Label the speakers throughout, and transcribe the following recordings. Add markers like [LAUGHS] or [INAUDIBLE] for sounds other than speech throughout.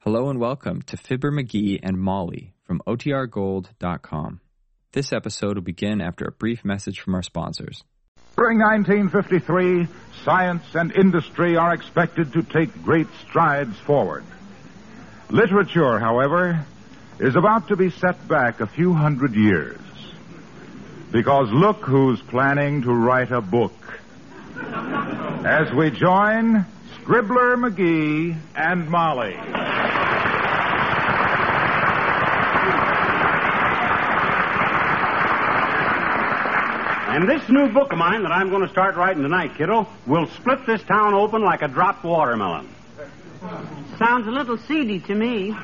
Speaker 1: Hello and welcome to Fibber McGee and Molly from OTRGold.com. This episode will begin after a brief message from our sponsors.
Speaker 2: During 1953, science and industry are expected to take great strides forward. Literature, however, is about to be set back a few hundred years. Because look who's planning to write a book. As we join Scribbler McGee and Molly.
Speaker 3: And this new book of mine that I'm going to start writing tonight, kiddo, will split this town open like a dropped watermelon.
Speaker 4: Sounds a little seedy to me.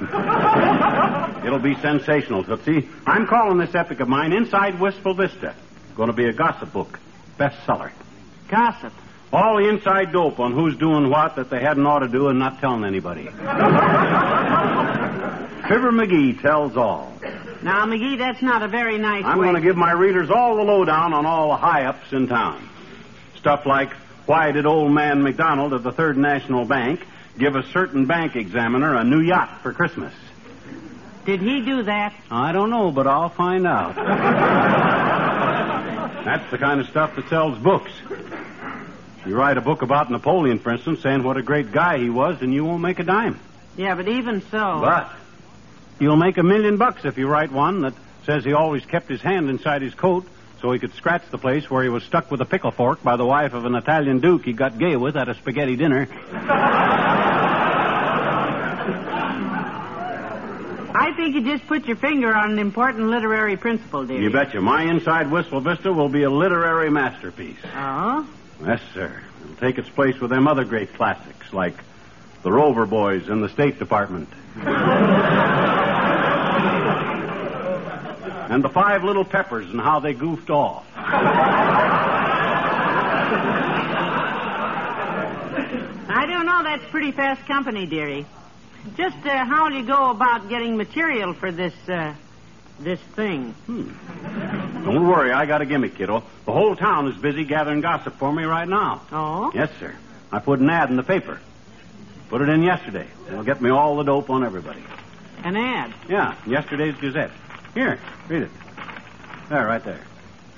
Speaker 3: It'll be sensational, Tootsie. I'm calling this epic of mine Inside Wistful Vista. Going to be a gossip book. Bestseller.
Speaker 4: Gossip.
Speaker 3: All the inside dope on who's doing what that they hadn't ought to do and not telling anybody. [LAUGHS] Fibber McGee tells all.
Speaker 4: Now, McGee, that's not a very nice
Speaker 3: I'm
Speaker 4: way.
Speaker 3: going to give my readers all the lowdown on all the high ups in town. Stuff like why did old man McDonald of the Third National Bank give a certain bank examiner a new yacht for Christmas?
Speaker 4: Did he do that?
Speaker 3: I don't know, but I'll find out. That's the kind of stuff that sells books. You write a book about Napoleon, for instance, saying what a great guy he was, and you won't make a dime.
Speaker 4: Yeah, but even so.
Speaker 3: But you'll make a million bucks if you write one that says he always kept his hand inside his coat so he could scratch the place where he was stuck with a pickle fork by the wife of an Italian duke he got gay with at a spaghetti dinner.
Speaker 4: I think you just put your finger on an important literary principle, dear.
Speaker 3: You betcha. My inside Whistle Vista will be a literary masterpiece.
Speaker 4: Oh?
Speaker 3: Yes, sir. It'll take its place with them other great classics like The Rover Boys and the State Department. [LAUGHS] and The Five Little Peppers and How They Goofed Off.
Speaker 4: I don't know. That's pretty fast company, dearie. Just uh, how will you go about getting material for this, uh, this thing?
Speaker 3: Hmm. Don't worry, I got a gimmick, kiddo. The whole town is busy gathering gossip for me right now.
Speaker 4: Oh?
Speaker 3: Yes, sir. I put an ad in the paper. Put it in yesterday. It'll get me all the dope on everybody.
Speaker 4: An ad.
Speaker 3: Yeah, yesterday's Gazette. Here, read it. There, right there.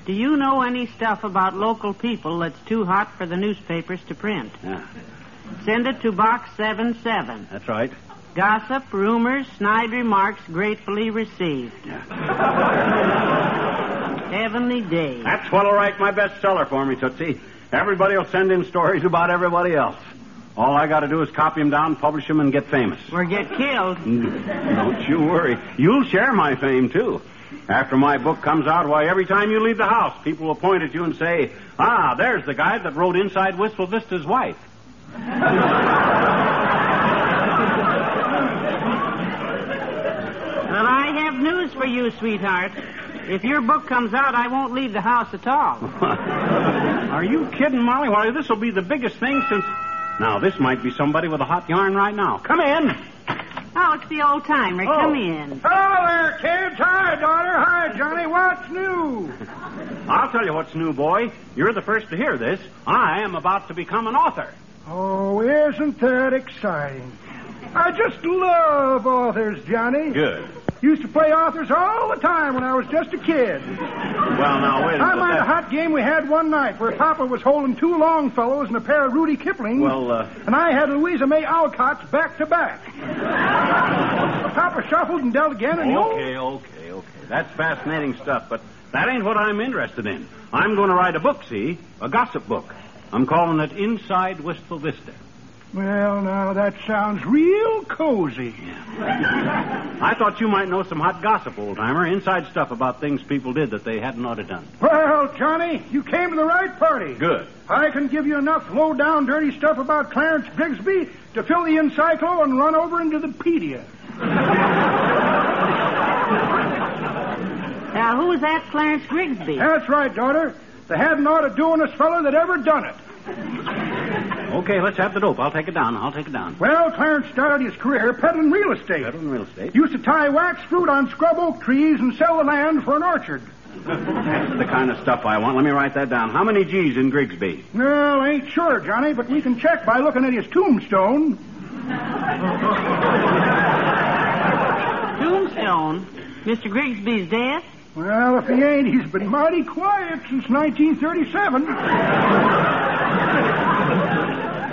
Speaker 4: Do you know any stuff about local people that's too hot for the newspapers to print?
Speaker 3: Yeah,
Speaker 4: Send it to Box 77.
Speaker 3: that's right.
Speaker 4: Gossip, rumors, snide remarks gratefully received. Heavenly day.
Speaker 3: That's what'll write my bestseller for me, Tootsie. Everybody will send in stories about everybody else. All I got to do is copy 'em down, publish 'em, and get famous.
Speaker 4: Or get killed.
Speaker 3: Mm, Don't you worry. You'll share my fame, too. After my book comes out, why, every time you leave the house, people will point at you and say, Ah, there's the guy that rode inside Wistful Vista's wife. [LAUGHS]
Speaker 4: Well, I have news for you, sweetheart. If your book comes out, I won't leave the house at all.
Speaker 3: Are you kidding, Molly? Why, this will be the biggest thing since. Now, this might be somebody with a hot yarn right now. Come in.
Speaker 4: Oh, it's the old timer.
Speaker 3: Oh.
Speaker 4: Come in.
Speaker 2: Hello there, kids. Hi, daughter. Hi, Johnny. What's new?
Speaker 3: I'll tell you what's new, boy. You're the first to hear this. I am about to become an author.
Speaker 5: Oh, isn't that exciting? I just love authors, Johnny.
Speaker 3: Good.
Speaker 5: Used to play authors all the time when I was just a kid.
Speaker 3: Well, now, wait a
Speaker 5: I
Speaker 3: minute.
Speaker 5: mind a
Speaker 3: That-
Speaker 5: hot game we had one night where Papa was holding two Longfellows and a pair of Rudy Kiplings.
Speaker 3: Well, uh,
Speaker 5: And I had Louisa May Alcott's back to
Speaker 3: [LAUGHS]
Speaker 5: back. Papa shuffled and dealt again, and the old-
Speaker 3: Okay, okay, okay. That's fascinating stuff, but that ain't what I'm interested in. I'm going to write a book, see? A gossip book. I'm calling it Inside Wistful Vista.
Speaker 5: Well, now that sounds real cozy.
Speaker 3: I thought you might know some hot gossip, old timer. Inside stuff about things people did that they hadn't ought to done.
Speaker 5: Well, Johnny, you came to the right party.
Speaker 3: Good.
Speaker 5: I can give you enough low down dirty stuff about Clarence Grigsby to fill the encyclo and run over into the pedia.
Speaker 4: Now, who's that Clarence Grigsby?
Speaker 5: That's right, daughter. They hadn't ought to doing us fella that ever done it.
Speaker 3: Okay, let's have the dope. I'll take it down. I'll take it down.
Speaker 5: Well, Clarence started his career peddling real estate.
Speaker 3: Federal real
Speaker 5: [LAUGHS]
Speaker 3: estate.
Speaker 5: Used to tie wax fruit on scrub oak trees and sell the land for an orchard.
Speaker 3: That's the kind of stuff I want. Let me write that down. How many G's in Grigsby?
Speaker 5: Well, ain't sure, Johnny, but we can check by looking at his tombstone.
Speaker 4: phone. Mr. Grigsby's death?
Speaker 5: Well, if he ain't, he's been mighty quiet since 1937.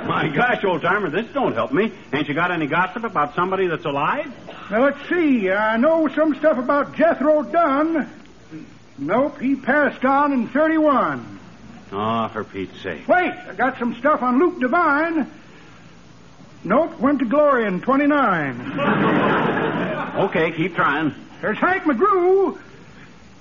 Speaker 3: My gosh, old timer, this don't help me. Ain't you got any gossip about somebody that's alive?
Speaker 5: Now, let's see. I know some stuff about Jethro Dunn. Nope, he passed on in 31.
Speaker 3: Oh, for Pete's sake.
Speaker 5: Wait, I got some stuff on Luke Devine. Nope, went to glory in 29.
Speaker 3: Okay, keep trying.
Speaker 5: There's Hank McGrew.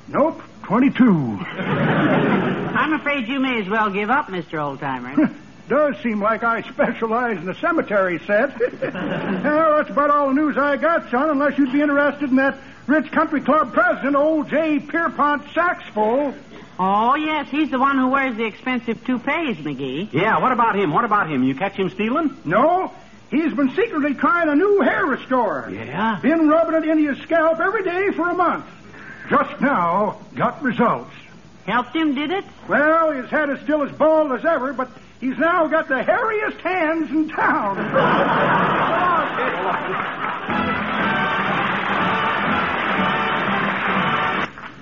Speaker 5: Nope, 22.
Speaker 4: I'm afraid you may as well give up, Mr. Oldtimer.
Speaker 5: Does seem like I specialize in the cemetery set. well, that's about all the news I got, son, unless you'd be interested in that rich country club president, old J. Pierpont Saxful.
Speaker 4: oh, yes, he's the one who wears the expensive toupees, McGee.
Speaker 3: Yeah, what about him? What about him? You catch him stealing?
Speaker 5: No, he's been secretly trying a new hair restorer.
Speaker 3: Yeah?
Speaker 5: Been rubbing it into his scalp every day for a month. Just now, got results.
Speaker 4: Helped him, did it?
Speaker 5: Well, his head is still as bald as ever, but he's now got the hairiest hands in town.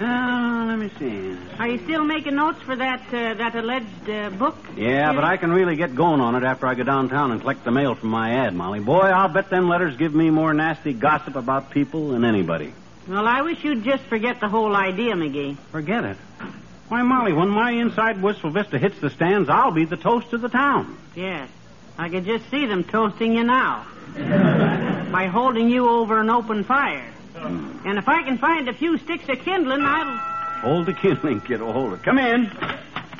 Speaker 3: Uh, let me see.
Speaker 4: Are you still making notes for that uh, that alleged uh, book?
Speaker 3: Yeah,
Speaker 4: Jerry?
Speaker 3: but I can really get going on it after I go downtown and collect the mail from my ad, Molly. Boy, I'll bet them letters give me more nasty gossip about people than anybody.
Speaker 4: Well, I wish you'd just forget the whole idea, McGee.
Speaker 3: Forget it. Why, Molly, when my inside Wistful Vista hits the stands, I'll be the toast of the town.
Speaker 4: Yes. I could just see them toasting you
Speaker 3: [LAUGHS]
Speaker 4: now by holding you over an open fire.
Speaker 3: Hmm.
Speaker 4: And if I can find a few sticks of kindling, I'll.
Speaker 3: Hold the [LAUGHS] kindling, kiddo. Hold it. Come in.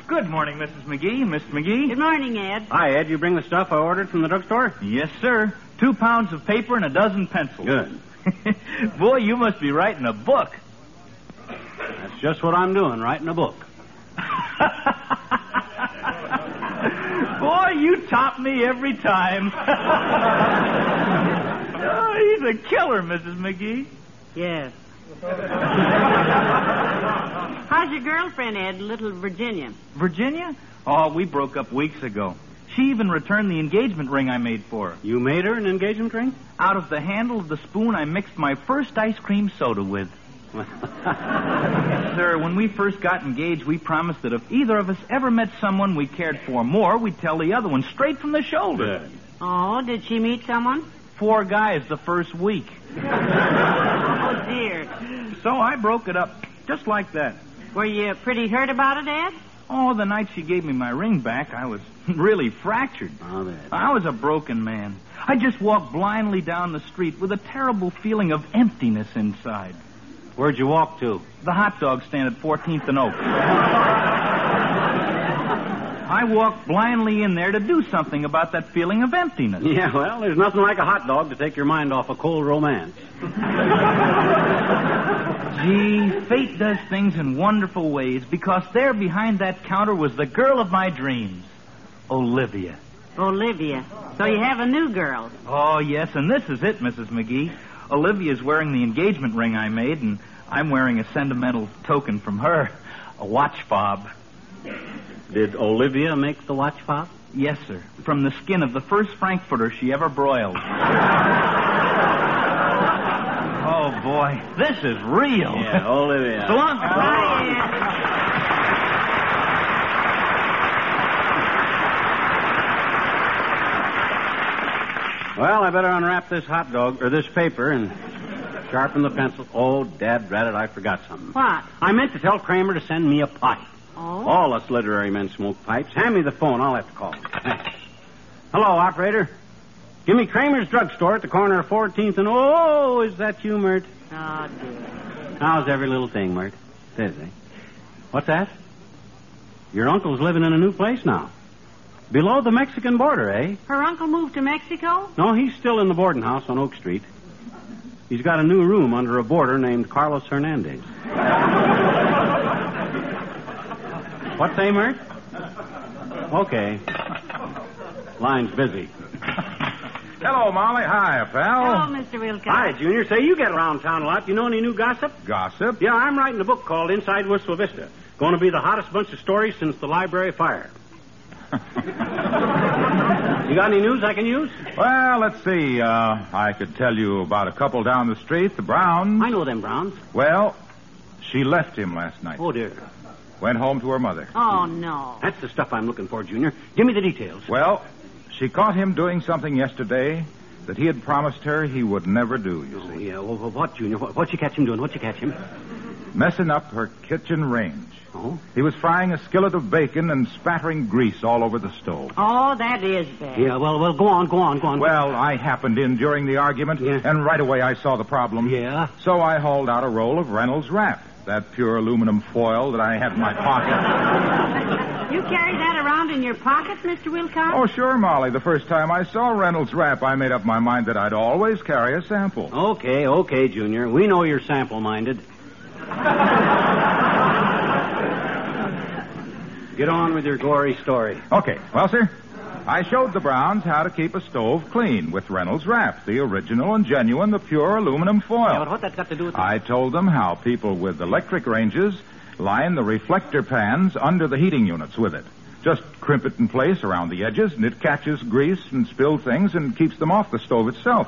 Speaker 6: Good morning, Mrs. McGee. Miss McGee?
Speaker 4: Good morning, Ed.
Speaker 3: Hi, Ed. You bring the stuff I ordered from the drugstore?
Speaker 6: Yes, sir. Two pounds of paper and a dozen pencils. [LAUGHS]
Speaker 3: Good.
Speaker 6: Boy, you must be writing a book. [LAUGHS]
Speaker 3: That's just what I'm doing, writing a book.
Speaker 6: Boy, you top me every time. [LAUGHS] oh, he's a killer, Mrs. McGee.
Speaker 3: [LAUGHS]
Speaker 4: Yes. How's your girlfriend, Ed? Little Virginia.
Speaker 6: Virginia? Oh, we broke up weeks ago. She even returned the engagement ring I made for her.
Speaker 3: You made her an engagement ring? [LAUGHS]
Speaker 6: Out of the handle of the spoon I mixed my first ice cream soda with.
Speaker 3: [LAUGHS]
Speaker 6: Sir, when we first got engaged, we promised that if either of us ever met someone we cared for more, we'd tell the other one straight from the shoulder.
Speaker 4: Oh, did she meet someone?
Speaker 6: Four guys the first week.
Speaker 4: Oh, dear.
Speaker 6: So I broke it up just like that.
Speaker 4: Were you pretty hurt about it, Ed?
Speaker 6: Oh, the night she gave me my ring back, I was [LAUGHS] really fractured.
Speaker 3: Oh, there.
Speaker 6: I was a broken man. I just walked blindly down the street with a terrible feeling of emptiness inside.
Speaker 3: Where'd you walk to?
Speaker 6: The hot dog stand at 14th and Oak. I walked blindly in there to do something about that feeling of emptiness.
Speaker 3: Yeah, well, there's nothing like a hot dog to take your mind off a cold romance.
Speaker 6: Gee, fate does things in wonderful ways because there behind that counter was the girl of my dreams, Olivia.
Speaker 4: Olivia. So you have a new girl.
Speaker 6: Oh, yes, and this is it, Mrs. McGee. Olivia's wearing the engagement ring I made, and I'm wearing a sentimental token from her a watch fob.
Speaker 3: Did Olivia make the watch fob?
Speaker 6: Yes, sir. From the skin of the first Frankfurter she ever broiled. oh, boy. This is real.
Speaker 3: Yeah, Olivia.
Speaker 6: So long.
Speaker 4: Hi, Ed.
Speaker 3: Well, I better unwrap this hot dog, or this paper, and sharpen the pencil. Oh, Dad, rat it, I forgot something.
Speaker 4: What?
Speaker 3: I meant to tell Kramer to send me a pipe.
Speaker 4: Oh?
Speaker 3: All us literary men smoke pipes. Hand me the phone. I'll have to call. Thanks. Hello, operator. Give me Kramer's drugstore at the corner of 14th and... Oh, is that you, Mert?
Speaker 4: Oh, dear.
Speaker 3: How's every little thing, Mert? Busy. What's that? Your uncle's living in a new place now. Below the Mexican border, eh?
Speaker 4: Her uncle moved to Mexico?
Speaker 3: No, he's still in the boarding house on Oak Street. He's got a new room under a boarder named Carlos Hernandez. What say, Mert? Okay. Line's busy.
Speaker 2: Hello, Molly. Hi, pal.
Speaker 4: Hello, Mr. Oh, Wilcox.
Speaker 3: Hi, Junior. Say, you get around town a lot. You know any new gossip?
Speaker 2: Gossip?
Speaker 3: Yeah, I'm writing a book called Inside Whistle Vista. Going to be the hottest bunch of stories since the library fire. You got any news I can use?
Speaker 2: Well, let's see. Uh, I could tell you about a couple down the street, the Browns.
Speaker 4: I know them Browns.
Speaker 2: Well, she left him last night.
Speaker 3: Oh, dear.
Speaker 2: Went home to her mother.
Speaker 4: Oh, no.
Speaker 3: That's the stuff I'm looking for, Junior. Give me the details.
Speaker 2: Well, she caught him doing something yesterday that he had promised her he would never do, you
Speaker 3: Oh,
Speaker 2: see.
Speaker 3: yeah. Well, well, what, Junior? What, what you catch him doing? What you catch him?
Speaker 2: Messing up her kitchen range.
Speaker 3: Oh?
Speaker 2: He was frying a skillet of bacon and spattering grease all over the stove.
Speaker 4: Oh, that is bad.
Speaker 3: Yeah, well, well, go on, go on, go on.
Speaker 2: Well, I happened in during the argument,
Speaker 3: Yeah.
Speaker 2: and right away I saw the problem.
Speaker 3: Yeah?
Speaker 2: So I hauled out a roll of Reynolds Wrap, that pure aluminum foil that I had in my pocket.
Speaker 4: You carry that around in your pocket, Mr. Wilcox?
Speaker 2: oh, sure, Molly. The first time I saw Reynolds Wrap, I made up my mind that I'd always carry a
Speaker 3: Oh.
Speaker 2: sample.
Speaker 3: Okay, okay, Junior. We know you're sample minded. Get on with your gory story.
Speaker 2: Okay, well, sir, I showed the Browns how to keep a stove clean with Reynolds Wrap, the original and genuine, the pure aluminum
Speaker 3: Yeah, but
Speaker 2: foil.
Speaker 3: what that got to do with
Speaker 2: I told them how people with electric ranges line the reflector pans under the heating units with it. Just crimp it in place around the edges, and it catches grease and spilled things and keeps them off the stove itself.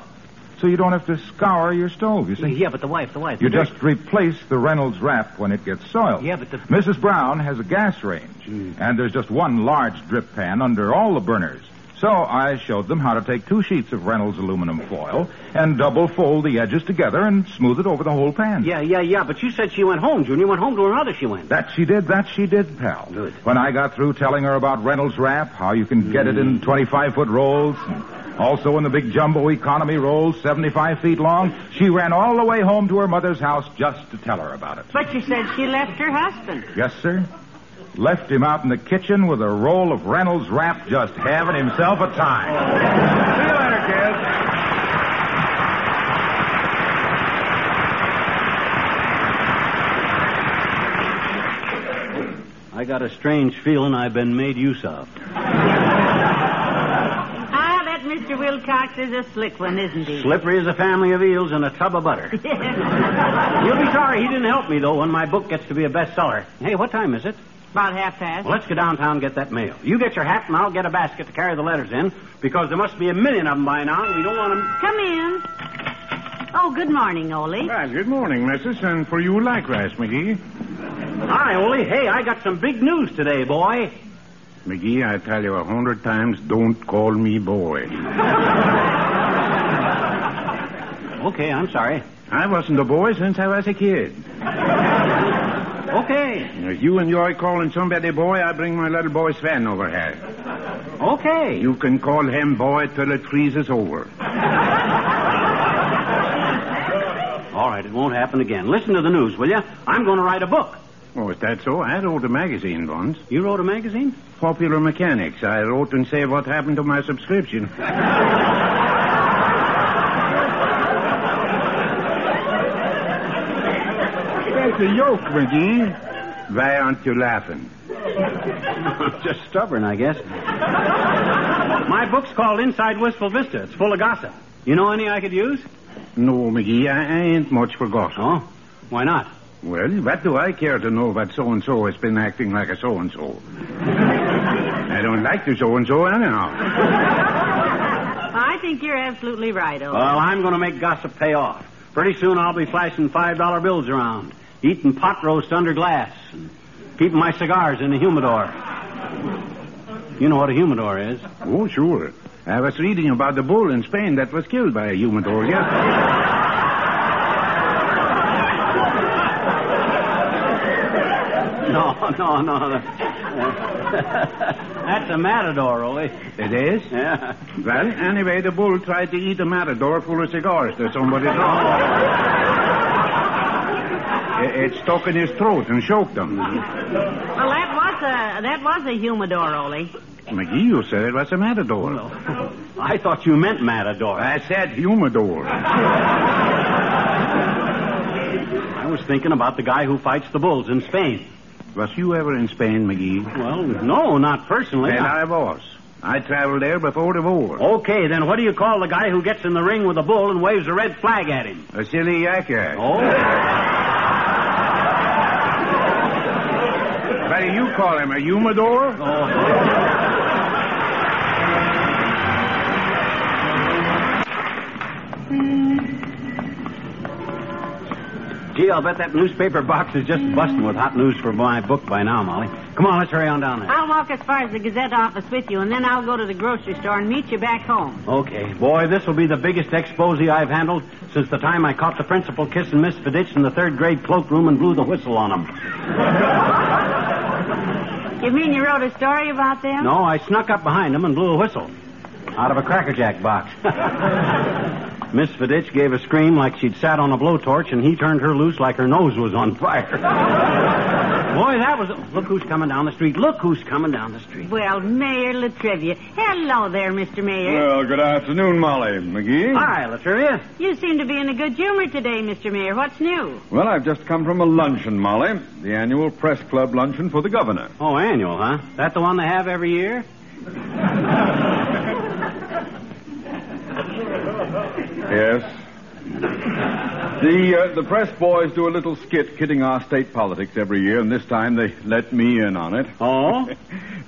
Speaker 2: So you don't have to scour your stove, you see.
Speaker 3: Yeah, but the wife, the wife.
Speaker 2: You just replace the Reynolds wrap when it gets soiled.
Speaker 3: Yeah, but the- Hmm.
Speaker 2: Mrs. Brown has a gas range, and there's just one large drip pan under all the burners. So I showed them how to take two sheets of Reynolds aluminum foil and double fold the edges together and smooth it over the whole pan.
Speaker 3: Yeah, yeah, yeah, but you said she went home, Junior. Went home to her mother, she went.
Speaker 2: That she did, that she did, pal.
Speaker 3: Good.
Speaker 2: When I got through telling her about Reynolds wrap, how you can get it in
Speaker 3: Hmm.
Speaker 2: 25 foot rolls, and also in the big jumbo economy rolls, 75 feet long, she ran all the way home to her mother's house just to tell her about it.
Speaker 4: But you said she left her husband.
Speaker 2: Yes, sir. Left him out in the kitchen with a roll of Reynolds wrap, just having himself a time.
Speaker 5: See you later, kids.
Speaker 3: I got a strange feeling I've been made use of.
Speaker 4: Ah, that Mr. Wilcox is a slick one, isn't he?
Speaker 3: Slippery as a family of eels in a tub of butter.
Speaker 4: [LAUGHS]
Speaker 3: You'll be sorry he didn't help me, though, when my book gets to be a bestseller. Hey, what time is it?
Speaker 4: About half past.
Speaker 3: Well, let's go downtown and get that mail. You get your hat, and I'll get a basket to carry the letters in, because there must be a million of them by now, and we don't want them.
Speaker 4: Come in. Oh, good morning, Ole.
Speaker 5: Well, good morning, missus, and for you likewise, McGee.
Speaker 3: Hi, Ole. Hey, I got some big news today, boy.
Speaker 5: McGee, I tell you a hundred times, don't call me boy.
Speaker 3: Okay, I'm sorry.
Speaker 5: I wasn't a boy since I was a kid.
Speaker 3: Okay,
Speaker 5: If you enjoy calling somebody boy, I bring my little boy Sven over here.
Speaker 3: okay.
Speaker 5: You can call him boy till it freezes over.
Speaker 3: All right, it won't happen again. Listen to the news, will you? I'm going to write a book.
Speaker 5: Oh, is that so? I wrote a magazine once.
Speaker 3: You wrote a magazine?
Speaker 5: Popular Mechanics. I wrote and say what happened to my subscription. That's a yoke, McGee. Why aren't you laughing?
Speaker 3: [LAUGHS] Just stubborn, I guess. My book's called Inside Wistful Vista. It's full of gossip. You know any I could use?
Speaker 5: No, McGee, I, I ain't much for gossip.
Speaker 3: Oh, why not?
Speaker 5: Well, what do I care to know what so-and-so has been acting like a so-and-so? I don't like the so-and-so anyhow.
Speaker 4: I think you're absolutely right, Ole.
Speaker 3: Well, I'm going to make gossip pay off. Pretty soon I'll be flashing $5 bills around, eating pot roast under glass, and keeping my cigars in the humidor. You know what a humidor is. [LAUGHS]
Speaker 5: Oh, sure. I was reading about the bull in Spain that was killed by a humidor yesterday.
Speaker 3: No, no, no. [LAUGHS] That's a matador, Ole.
Speaker 5: It is?
Speaker 3: Yeah.
Speaker 5: Well, anyway, the bull tried to eat a matador full of cigars to somebody's arm. It, it stuck in his throat and choked him.
Speaker 4: Well, that was a that was a humidor, Ole.
Speaker 5: McGee, you said it was a matador.
Speaker 3: I thought you meant matador. I,
Speaker 5: I said humidor.
Speaker 3: I was thinking about the guy who fights the bulls in Spain.
Speaker 5: Was you ever in Spain, McGee?
Speaker 3: Well, no, not personally.
Speaker 5: Well,
Speaker 2: Ah.
Speaker 5: I was. I traveled there before the war.
Speaker 3: Okay, then what do you call the guy who gets in the ring with a bull and waves a red flag at him?
Speaker 2: Oh.
Speaker 5: A silly yacker.
Speaker 3: Oh,
Speaker 5: What do you call him, a humidor?
Speaker 3: oh. Gee, I'll bet that newspaper box is just busting with hot news for my book by now, Molly. Come on, let's hurry on down there.
Speaker 4: I'll walk as far as the Gazette office with you, and then I'll go to the grocery store and meet you back home.
Speaker 3: Okay, boy, this will be the biggest expose I've handled since the time I caught the principal kissing Miss Fiditch in the third grade cloakroom and blew the whistle on him.
Speaker 4: You mean you wrote a story about them?
Speaker 3: No, I snuck up behind him and blew a whistle out of a Cracker
Speaker 2: [LAUGHS]
Speaker 3: Jack box. Miss Fiditch gave a scream like she'd sat on a blowtorch, and he turned her loose like her nose was on
Speaker 2: [LAUGHS]
Speaker 3: fire. Boy, that was. Look who's coming down the street. Look who's coming down the street.
Speaker 4: Well, Mayor Latrivia. Hello there, Mr. Mayor.
Speaker 2: Well, good afternoon, Molly. McGee?
Speaker 5: Ah.
Speaker 3: Hi, Latrivia.
Speaker 4: You seem to be in a good humor today, Mr. Mayor. What's new?
Speaker 2: Well, I've just come from a luncheon, Molly. The annual press club luncheon for the governor.
Speaker 3: Oh, annual, huh? That the one they have every year?
Speaker 2: Yes. The, uh, the press boys do a little skit kidding our state politics every year, and this time they let me in on it. [LAUGHS]
Speaker 3: Oh?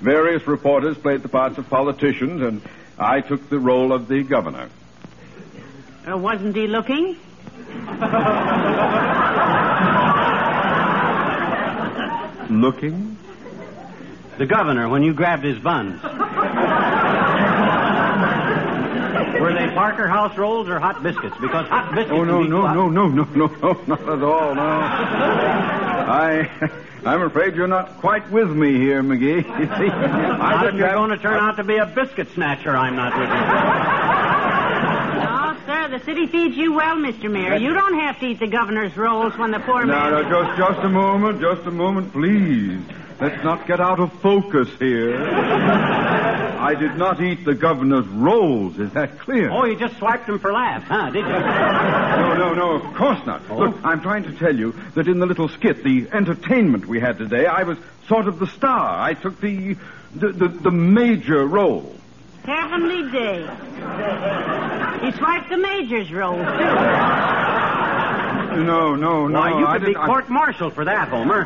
Speaker 2: Various reporters played the parts of politicians, and I took the role of the governor.
Speaker 4: Uh, wasn't he looking?
Speaker 2: Looking?
Speaker 3: The governor, when you grabbed his
Speaker 2: [LAUGHS]
Speaker 3: buns. Were they Parker House rolls or hot biscuits? Because hot biscuits.
Speaker 2: Oh, no,
Speaker 3: would be
Speaker 2: no,
Speaker 3: hot.
Speaker 2: no, no, no, no, no, not at all, no.
Speaker 3: [LAUGHS]
Speaker 2: I, I'm afraid you're not quite with me here, McGee. [LAUGHS] You see, I
Speaker 3: Not if
Speaker 2: didn't
Speaker 3: you're
Speaker 2: have-
Speaker 3: going to turn out to be a biscuit snatcher, I'm
Speaker 2: [LAUGHS]
Speaker 3: not with
Speaker 4: No, sir. The city feeds you well, Mr. Mayor. You don't have to eat the governor's rolls when the poor
Speaker 2: No,
Speaker 4: man.
Speaker 2: no, just, just a moment, just a moment, please. Let's not get out of focus here. I did not eat the governor's rolls. Is that clear?
Speaker 3: you. Oh, you just swiped him for laughs, huh?
Speaker 2: [LAUGHS]
Speaker 3: Did you?
Speaker 2: No, no, no, of course not.
Speaker 3: Oh.
Speaker 2: Look, I'm trying to tell you that in the little skit, the entertainment we had today, I was sort of the star. I took the the, the, the major role.
Speaker 4: Heavenly day. He swiped the major's rolls, too.
Speaker 2: No, no, no.
Speaker 3: Why, you
Speaker 2: I
Speaker 3: could be
Speaker 2: didn't- I-
Speaker 3: court-martialed for that, Homer.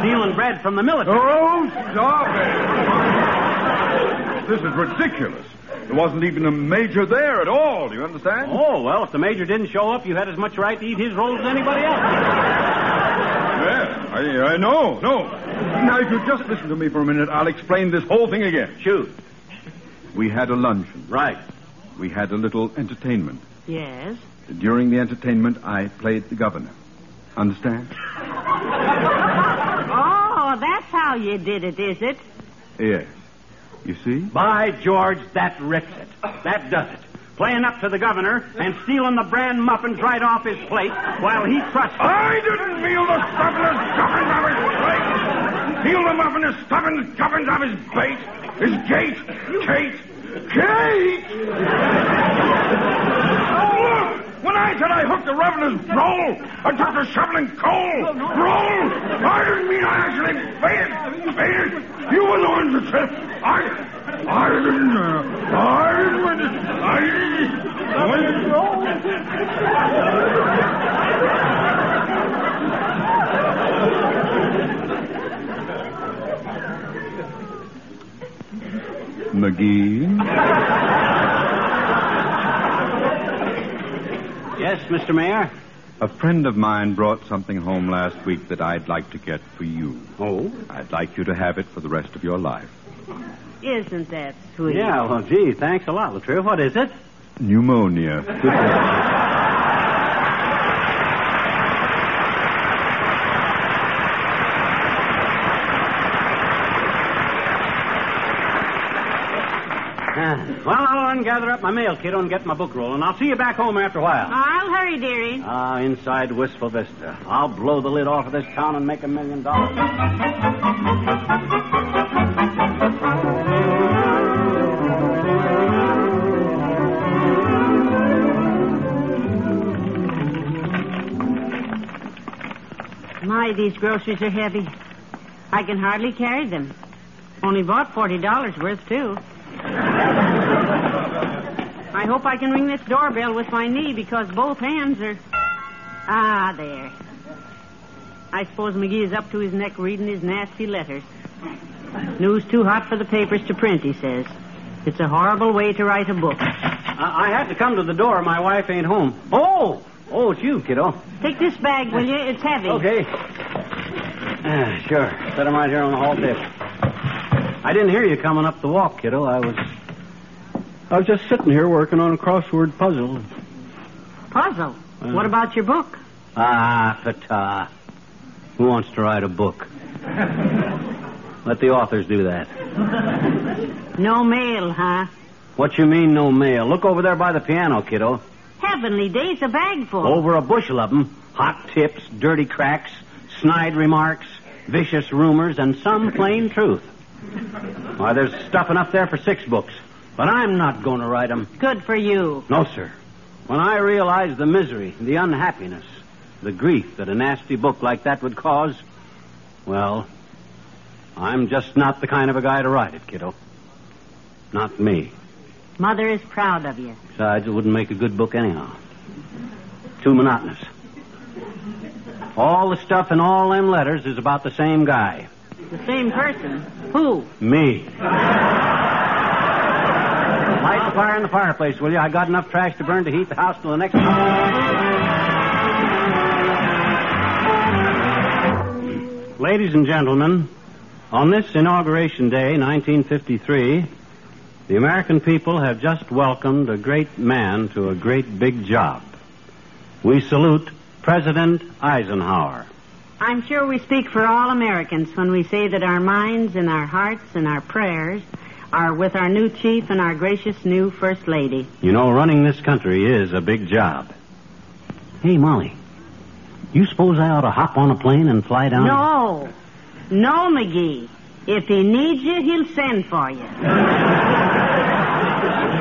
Speaker 3: Stealing bread from the military.
Speaker 2: Oh, stop it! This is ridiculous. There wasn't even a major there at all, do you understand?
Speaker 3: Oh, well, if the major didn't show up, you had as much right to eat his rolls as anybody else.
Speaker 2: Yes, I, I know, no. Now, if you just listen to me for a minute, I'll explain this whole thing again.
Speaker 3: Shoot.
Speaker 2: We had a luncheon.
Speaker 3: Right.
Speaker 2: We had a little entertainment.
Speaker 4: Yes.
Speaker 2: During the entertainment, I played the governor. Understand?
Speaker 4: Oh, that's how you did it, is it?
Speaker 2: Yes. You see?
Speaker 3: By George, that rips it. That does it. Playing up to the governor and stealing the bran muffins right off his plate while he crusts.
Speaker 7: I didn't feel the stubborn gubbins of his plate. Feel the muffin as stubborn gubbins of his bait. His gate. Kate. Kate! oh, look! When I said I hooked the revenue's roll atop the shoveling coal, roll! I didn't mean I actually baited. Baited. You were the ones that said I. I didn't. Uh, I didn't. mean it. I didn't.
Speaker 2: McGee?
Speaker 3: Yes, Mr. Mayor?
Speaker 2: A friend of mine brought something home last week that I'd like to get for you.
Speaker 3: Oh?
Speaker 2: I'd like you to have it for the rest of your life.
Speaker 4: Isn't that sweet?
Speaker 3: Yeah, well, gee, thanks a lot, Latrell. What is it?
Speaker 2: Pneumonia.
Speaker 3: Uh, well, I'll run and gather up my mail, kiddo, and get my book roll, and I'll see you back home after a while.
Speaker 4: I'll hurry, dearie.
Speaker 3: Ah, inside Wistful Vista. I'll blow the lid off of this town and make a million dollars.
Speaker 4: My, these groceries are heavy. I can hardly carry them. Only bought $40 worth, too. I hope I can ring this doorbell with my knee because both hands are. Ah, there. I suppose McGee is up to his neck reading his nasty letters. News too hot for the papers to print, he says. It's a horrible way to write a book.
Speaker 3: I, I had to come to the door. My wife ain't home. Oh, oh, it's you, kiddo.
Speaker 4: Take this bag, will you? It's heavy.
Speaker 3: Okay. Ah, sure. Set 'em right here on the hall desk. I didn't hear you coming up the walk, kiddo. I was. I was just sitting here working on a crossword puzzle.
Speaker 4: Puzzle. what about your book?
Speaker 3: Ah, pata. Who wants to write a book? Let the authors do that.
Speaker 4: No mail, huh?
Speaker 3: What you mean, no mail? Look over there by the piano, kiddo.
Speaker 4: Heavenly days, a bag full.
Speaker 3: Over a bushel of 'em, Hot tips, dirty cracks, snide remarks, vicious rumors, and some plain truth. Why, there's stuff enough there for six books. But I'm not going to write 'em.
Speaker 4: Good for you.
Speaker 3: No, sir. When I realized the misery, the unhappiness, the grief that a nasty book like that would cause, well, I'm just not the kind of a guy to write it, kiddo. Not me.
Speaker 4: Mother is proud of you.
Speaker 3: Besides, it wouldn't make a good book anyhow. Too monotonous. All the stuff in all them letters is about the same guy.
Speaker 4: The same person. Who?
Speaker 3: [LAUGHS] Me. Light the fire in the fireplace, will you? I got enough trash to burn to heat the house till the next. Ladies and gentlemen, on this inauguration day, 1953, the American people have just welcomed a great man to a great big job. We salute President Eisenhower.
Speaker 4: I'm sure we speak for all Americans when we say that our minds and our hearts and our prayers are with our new chief and our gracious new First Lady.
Speaker 3: You know, running this country is a big job. Hey, Molly, you suppose I ought to hop on a plane and fly down?
Speaker 4: No. No, McGee. If he needs you, he'll send for you.
Speaker 3: Good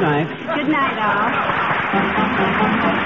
Speaker 3: night.
Speaker 4: Good night, Al.